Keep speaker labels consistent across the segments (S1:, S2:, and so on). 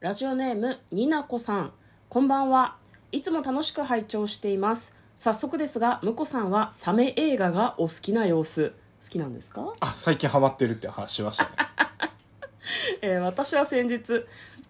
S1: ラジオネームになこさんこんばんはいつも楽しく拝聴しています早速ですがむこさんはサメ映画がお好きな様子好きなんですか
S2: あ最近ハマってるって話しましたね
S1: えー私は先日、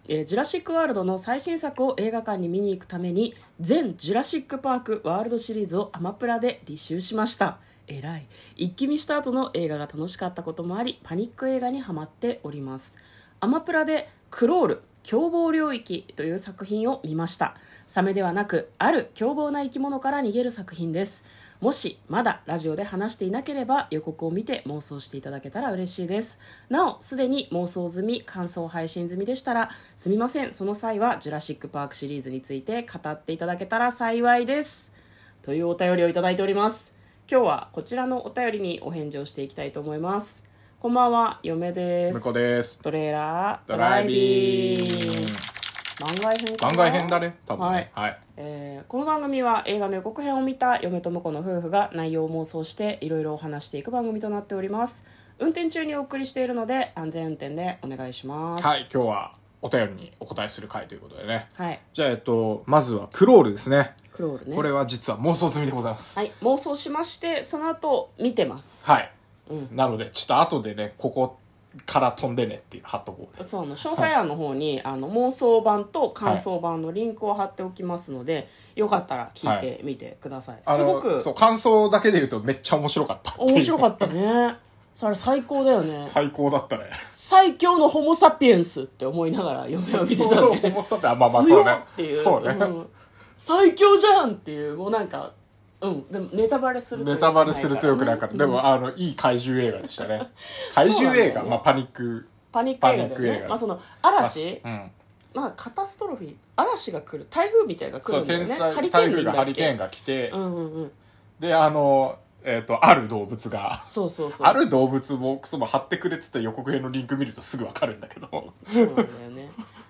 S1: えージュラシック・ワールド」の最新作を映画館に見に行くために全「ジュラシック・パーク・ワールド」シリーズをアマプラで履修しましたえらい一気見した後の映画が楽しかったこともありパニック映画にはまっておりますアマプラで「クロール凶暴領域」という作品を見ましたサメではなくある凶暴な生き物から逃げる作品ですもしまだラジオで話していなければ予告を見て妄想していただけたら嬉しいですなおすでに妄想済み感想配信済みでしたらすみませんその際は「ジュラシック・パーク」シリーズについて語っていただけたら幸いですというお便りをいただいております今日はこちらのお便りにお返事をしていきたいと思いますこんばんは嫁です
S2: 向こうです
S1: トレーラード
S2: ド
S1: ラ
S2: ラ
S1: イ
S2: イ
S1: ビ
S2: ビ
S1: ング
S2: ング
S1: 番外編かな
S2: 番外編だね多分ね
S1: はい
S2: はい
S1: えーこの番組は映画の予告編を見た嫁と婿の夫婦が内容を妄想していろいろお話していく番組となっております運転中にお送りしているので安全運転でお願いします
S2: はい今日はお便りにお答えする回ということでね
S1: はい
S2: じゃあえっとまずはクロールですね
S1: クロールね
S2: これは実は妄想済みでございます
S1: はい妄想しましてその後見てます
S2: はい、なのでちょっと後でねここから飛んでねっていうの貼っとこうね
S1: そうあの詳細欄の方に、あの妄想版と感想版のリンクを貼っておきますので、よかったら聞いてみてください、
S2: あ
S1: す
S2: の
S1: ごく
S2: そう感想だけで言うとめっちゃ面白かったっていう
S1: 面白かったねそれ最高だよね
S2: 最高だったね
S1: 最強のホモ・サピエンスって思いながら嫁を見て たね
S2: 思ってたってあまあまあ
S1: 強
S2: そうね
S1: っっていう
S2: そうね、
S1: ん最強じゃんっていうもうなんかうんでもネタバレすると
S2: ネタバレするとよくないから、
S1: うん
S2: でもあのいい怪獣映画でし たね怪獣映
S1: そうな
S2: 画、
S1: んだよね
S2: まあ、パニック
S1: パニック映画
S2: パニッ
S1: だ
S2: ク
S1: よ
S2: 映
S1: ね
S2: 画
S1: まあその嵐
S2: うん、
S1: まあカタストロフィー嵐が来る台風みたいなのが来
S2: そ
S1: る
S2: うん
S1: だよ
S2: 天
S1: ね
S2: 才
S1: ハリケー
S2: 台
S1: ン
S2: 風
S1: だ
S2: が
S1: っけ
S2: ハリケーンが来て、
S1: うんうんうん
S2: であのえっ、とある動物が
S1: そうそうそう
S2: ある動物ボックスも貼ってくれてた予告編のリンク見るとすぐわかるんだけど
S1: そうなんだよね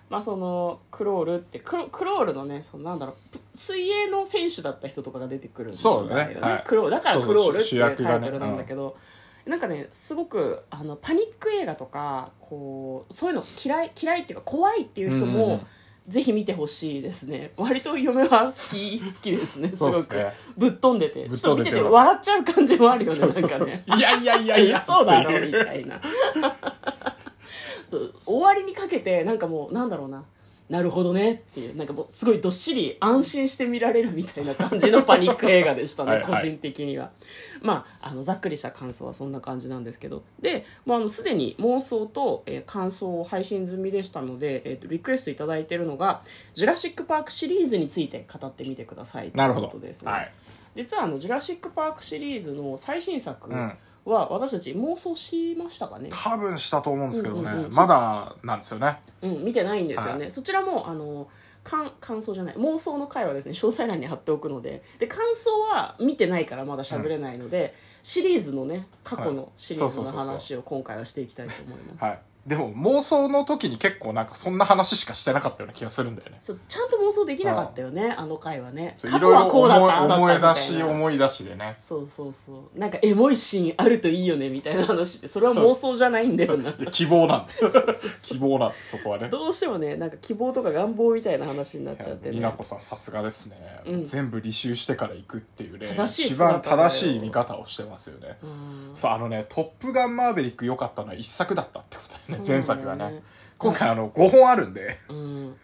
S1: まあそのクロールってクロクロールのねそのなんだろうプ水泳の選手だった人とかが出てくるんだよ
S2: そ
S1: ね
S2: うだねはい
S1: クロールだからクロールってい
S2: そう
S1: う
S2: 主
S1: タ
S2: 主役が
S1: イ
S2: ね
S1: トルなんだけど、なんかねすごくあのパニック映画とかこうそういうの嫌い嫌いっていうか怖いっていう人も、
S2: うんうんうん
S1: ぜひ見てほしいですね割と嫁は好き 好きですねす
S2: そ
S1: ご
S2: うで
S1: く
S2: すね
S1: ぶっ飛んでて
S2: ぶっ
S1: ちょっと見
S2: 飛んで
S1: て
S2: て
S1: て笑っちゃう感じもあるよね
S2: そ
S1: な
S2: うんそ
S1: か
S2: うそう
S1: ね
S2: いやいやいやいや
S1: そうだろ
S2: って
S1: う
S2: い
S1: みたい なそう終わりにかけてなんかもうなんだろうななるほどねっていうなんかもうすごいどっしり安心して見られるみたいな感じのパニック映画でしたね
S2: はいはい
S1: 個人的にはまああのざっくりした感想はそんな感じなんですけどでもうあのすでに妄想と、えー感想を配信済みでしたので、えーとリクエストいただいてるのが「ジュラシック・パーク」シリーズについて語ってみてくださいと
S2: ないる
S1: う
S2: ほ
S1: こと
S2: ど
S1: ですね。
S2: はい
S1: 実はあの「ジュラシック・パーク」シリーズの最新作
S2: うん
S1: は私たち妄想しましたかね、
S2: 多分したと思うんですけどね、
S1: うんうんうん
S2: まだなんですよね
S1: うん見てないんですよね、
S2: は
S1: そちらもあの感感想じゃない妄想の回はですね詳細欄に貼っておくのでで感想は見てないからまだ喋れないので、シリーズのね過去のシリーズの
S2: はいそうそうそうそう
S1: 話を今回はしていきたいと思います。
S2: はいでも妄想の時に結構なんかそんな話しかしてなかったような気がするんだよね
S1: そうちゃんと妄想できなかったよね、あの回はね
S2: そう
S1: 過去はこうだったああ
S2: いろいろ思い
S1: だったみた
S2: 思い出
S1: い
S2: し
S1: な
S2: 思い出しでね
S1: そうそうそうなんかエモいシーンあるといいよねみたいな話ってそれは妄想じゃないんだよな
S2: 希望なんだよ希望なんだよそこはね
S1: どうしてもねなんか希望とか願望みたいな話になっちゃって
S2: 美
S1: ね
S2: 奈子さんさすがですね、
S1: うん
S2: 全部履修してから行くっていうね
S1: 正しい
S2: 一
S1: 姿だよ
S2: 番正しい見方をしてますよね、
S1: うん
S2: そうあのね「トップガンマーヴェリック」良かったのは一作だったってことですね
S1: そうなんだよ
S2: 前
S1: ね
S2: 作がね今回あの5本あるんで
S1: うん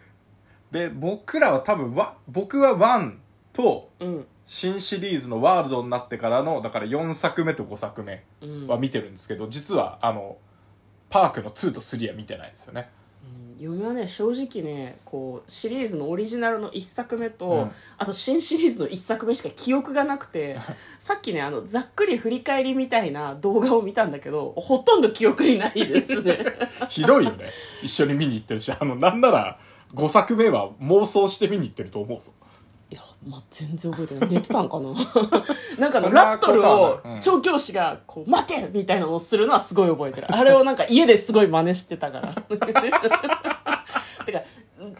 S2: で僕らは多分わ僕は1と
S1: うん
S2: 新シリーズのワールドになってからのだから4作目と5作目
S1: うん
S2: は見てるんですけど、実はあのパークの2と3は見てないんですよね
S1: うん嫁はね正直ねこうシリーズのオリジナルの1作目と、
S2: うん
S1: あと新シリーズの1作目しか記憶がなくてさっきねあのざっくり振り返りみたいな動画を見たんだけどほとんど記憶にないですね
S2: ひどい よね。一緒に見に行ってるし、あの、なんなら、5作目は妄想して見に行ってると思うぞ。
S1: いや、まあ、全然覚えてない寝てたんか ななんかあの
S2: そんな
S1: ラプトル
S2: こ
S1: を
S2: とはないうん
S1: 調教師がこう「待て!」みたいなのをするのはすごい覚えてるあれをなんか家ですごい真似してたから てか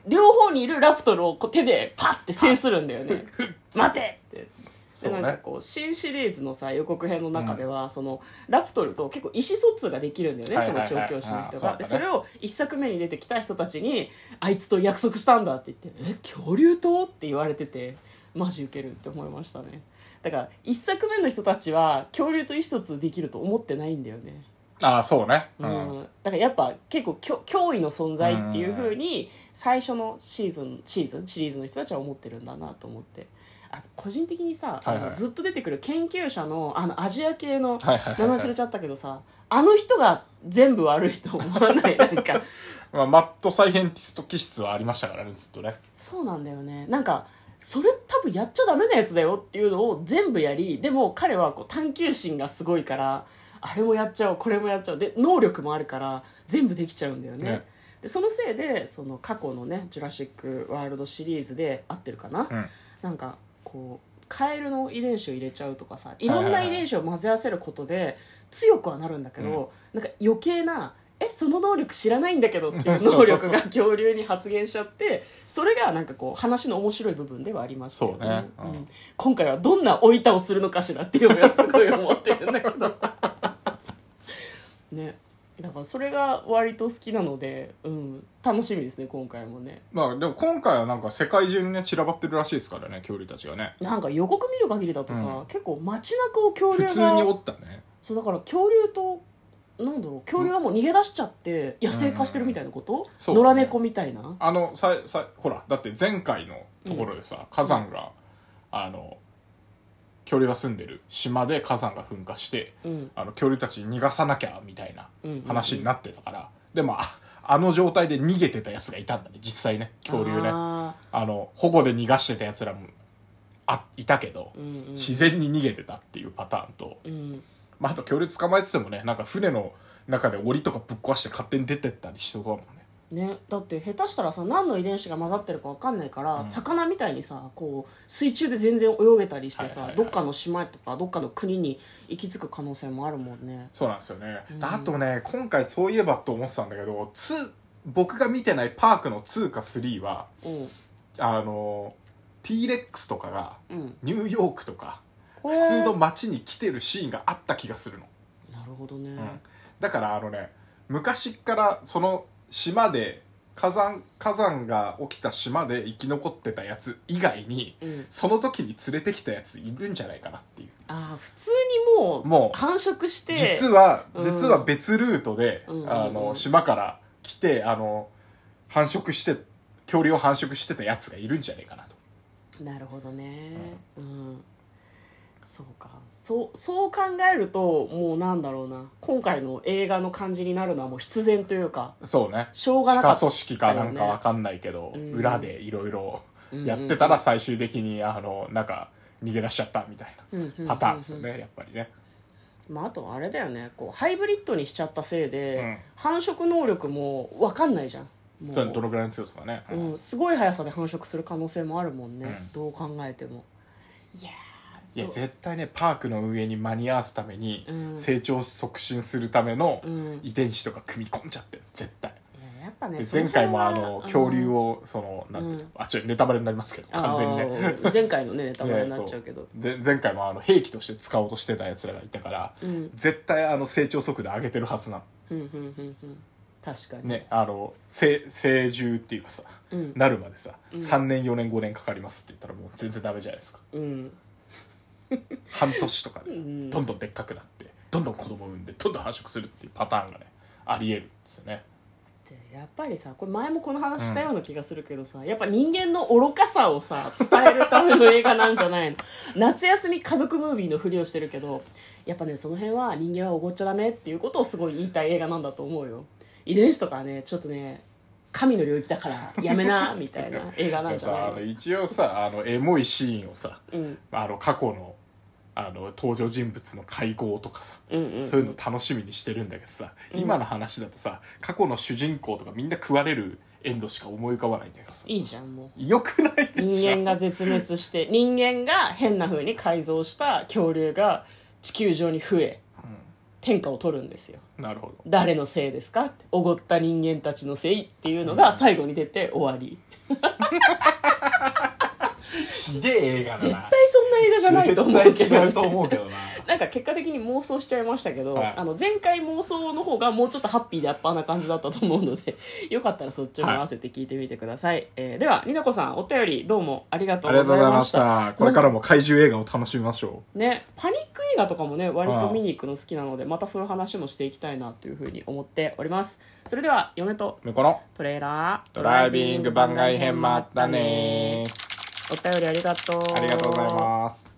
S1: 両方にいるラプトルをこう手でパッて制するんだよね「待て!」って
S2: そうね
S1: でなんかこう新シリーズのさ予告編の中では、そのラプトルと結構意思疎通ができるんだよね、
S2: はいはいはい
S1: その調教師の人が
S2: あーそうだね
S1: でそれを一作目に出てきた人たちに「あいつと約束したんだ」って言って「え恐竜と?」って言われててマジウケるって思いましたねだから一作目の人たちは恐竜と意思疎通できると思ってないんだよね
S2: ああそうね
S1: う
S2: う、
S1: んんだからやっぱ結構きょ脅威の存在っていう風に最初のシーズンシーズンシリーズの人たちは思ってるんだなと思ってあ個人的にさ、
S2: はいはい
S1: あのずっと出てくる研究者のあのアジア系の
S2: はいはいは
S1: 名前
S2: い、
S1: 忘
S2: は
S1: れ
S2: い
S1: ちゃったけどさあの人が全部悪いと思わないなんか
S2: まあ、マットサイエンティスト気質はありましたからねずっとね
S1: そうなんだよねなんかそれ多分やっちゃダメなやつだよっていうのを全部やりでも彼はこう探求心がすごいからあれもやっちゃおうこれもやっちゃおうで能力もあるから全部できちゃうんだよね
S2: ね
S1: でそのせいでその過去のね「ジュラシック・ワールド」シリーズで合ってるかな、
S2: うん
S1: なんかこうカエルの遺伝子を入れちゃうとかさいろんな遺伝子を混ぜ合わせることで強くはなるんだけど、なんか余計な「えその能力知らないんだけど」っていう能力が恐竜に発現しちゃってそれがなんかこう話の面白い部分ではありましたよ
S2: そうね
S1: う
S2: うんん
S1: 今回はどんな老いたをするのかしらっていうのがすごい思ってるんだけど ねだからそれが割と好きなので、うん、楽しみですね今回もね
S2: まあでも今回はなんか世界中にね散らばってるらしいですからね恐竜たちがね
S1: なんか予告見る限りだとさ、
S2: うん
S1: 結構街中を恐竜
S2: 普
S1: が
S2: 通におったね
S1: そうだから恐竜となんだろう恐竜がもう逃げ出しちゃって野生化してるみたいなこと、
S2: そう
S1: 野
S2: だね
S1: 良猫みたいな
S2: あのささほらだって前回のところでさ、火山が、あの恐竜が住んでる島で火山が噴火して
S1: うん
S2: あの恐竜たち逃がさなきゃみたいな
S1: うん
S2: 話になってたから、でもああの状態で逃げてたやつがいたんだね実際ね恐竜ねあ
S1: あ
S2: の保護で逃がしてたやつらもあいたけど、
S1: ーうんうん
S2: 自然に逃げてたっていうパターンと、
S1: うん
S2: まあ、あと恐竜捕まえててもねなんか船の中で檻とかぶっ壊して勝手に出てったりしそうだもんね
S1: ね、だって下手したらさ何の遺伝子が混ざってるか分かんないから、
S2: うん
S1: 魚みたいにさこう水中で全然泳げたりしてさ、
S2: はいはいはい
S1: どっかの島とかどっかの国に行き着く可能性もあるもんね
S2: そうなんですよね、
S1: うん
S2: あとね今回そういえばと思ってたんだけどツー僕が見てないパークの2か3は
S1: うん
S2: あの T レックスとかが
S1: うん
S2: ニューヨークとか
S1: 普
S2: 普通の街に来てるシーンがあった気がするの、
S1: なるほどね、
S2: うんだからあのね昔からその島で火山火山が起きた島で生き残ってたやつ以外に
S1: うん、
S2: その時に連れてきたやついるんじゃないかなっていう
S1: ああ普通にもう
S2: もう
S1: 繁殖して
S2: 実は、
S1: うん
S2: 実は別ルートで、
S1: うんうんうん
S2: あの島から来てあの繁殖して恐竜を繁殖してたやつがいるんじゃないかなと
S1: なるほどねうん、そうかそうそう考えるともうなんだろうな今回の映画の感じになるのはもう必然というか
S2: そうね
S1: しょう
S2: 地
S1: がなかっ
S2: 下
S1: た
S2: 組織かなんかわかんないけど、
S1: うん
S2: 裏でいろいろ
S1: うん
S2: やってたら最終的にあのなんか逃げ出しちゃったみたいなパターンですよ、
S1: うんうんうん
S2: ねやっぱりね
S1: うんまあ、あとあれだよねこうハイブリッドにしちゃったせいで、
S2: うん
S1: 繁殖能力も分かんないじゃんもう
S2: それどのぐらいの強さかね、
S1: うん、すごい速さで繁殖する可能性もあるもんね、
S2: うん
S1: どう考えてもいや
S2: いや
S1: どう
S2: 絶対ねパークの運営に間に合わすために、
S1: うん
S2: 成長促進するための
S1: ーうんい
S2: 遺伝子とか組み込んじゃってる絶対
S1: ややっぱね
S2: で
S1: その
S2: 前
S1: 辺
S2: 回
S1: は
S2: もあの恐竜
S1: うん
S2: をそのなんていう
S1: う
S2: の
S1: ん
S2: あちょネタバレになりますけど完全にね
S1: あー前回のねネタバレになっちゃうけど、
S2: ぜ前回もあの兵器として使おうとしてたやつらがいたから
S1: うん
S2: 絶対あの成長速度上げてるはずな
S1: うんうんうんうん確かに、
S2: のねあの成成獣っていうかさ
S1: うん
S2: なるまでさ
S1: うん
S2: 3年4年5年かかりますって言ったらもう全然ダメじゃないですか
S1: うん
S2: 半年とかで
S1: うん
S2: どんどんでっかくなってどんどん子供産んでどんどん繁殖するっていうパターンがねありえるんですよね
S1: でやっぱりさこれ前もこの話したような気がするけどさ、やっぱ人間の愚かさをさ伝えるための映画なんじゃない の夏休み家族ムービーのふりをしてるけどやっぱねその辺は人間はおごっちゃダメっていうことをすごい言いたい映画なんだと思うよ遺伝子とかはねちょっとね神の領域だからやめなみたいな映画なん
S2: で
S1: じゃない
S2: さあ
S1: の
S2: の一応さあのエモいシーンをさ
S1: うん
S2: あの過去のあの登場人物の会合とかさ、
S1: うんうんうん
S2: そういうの楽しみにしてるんだけどさ、今の話だとさ過去の主人公とかみんな食われるエンドしか思い浮かばないんだけどさ
S1: いいじゃんもう
S2: よくないでしょ
S1: 人間が絶滅して人間が変な風に改造した恐竜が地球上に増え、天下を取るんですよ
S2: なるほど
S1: 誰のせいですかっておごった人間たちのせいっていうのが最後に出て終わり
S2: ひでえ映画だ
S1: 絶
S2: な
S1: 対そんな映画じゃないと思うけ
S2: 絶対違うと
S1: ど、ね、
S2: 思うけ どな
S1: なんか結果的に妄想しちゃいましたけど、
S2: はい
S1: あの前回妄想の方がもうちょっとハッピーでアッパーな感じだったと思うのでよかったらそっちも合わせて聞いてみてください、えーではりなこさんお便りどうもありがと
S2: あ
S1: う
S2: りが
S1: ご
S2: と
S1: ざ
S2: うご
S1: い
S2: ざいま
S1: ま
S2: し
S1: した
S2: たこれからも怪獣映画を楽しみましょ
S1: ね、パニック映画とかもね割と見に行くの好きなのでまたそういう話もしていきたいなというふうに思っておりますそれでは嫁と
S2: うこの
S1: トレーラー
S2: ドライビング番外編もあったね
S1: お便りありがとう
S2: ありがとうございます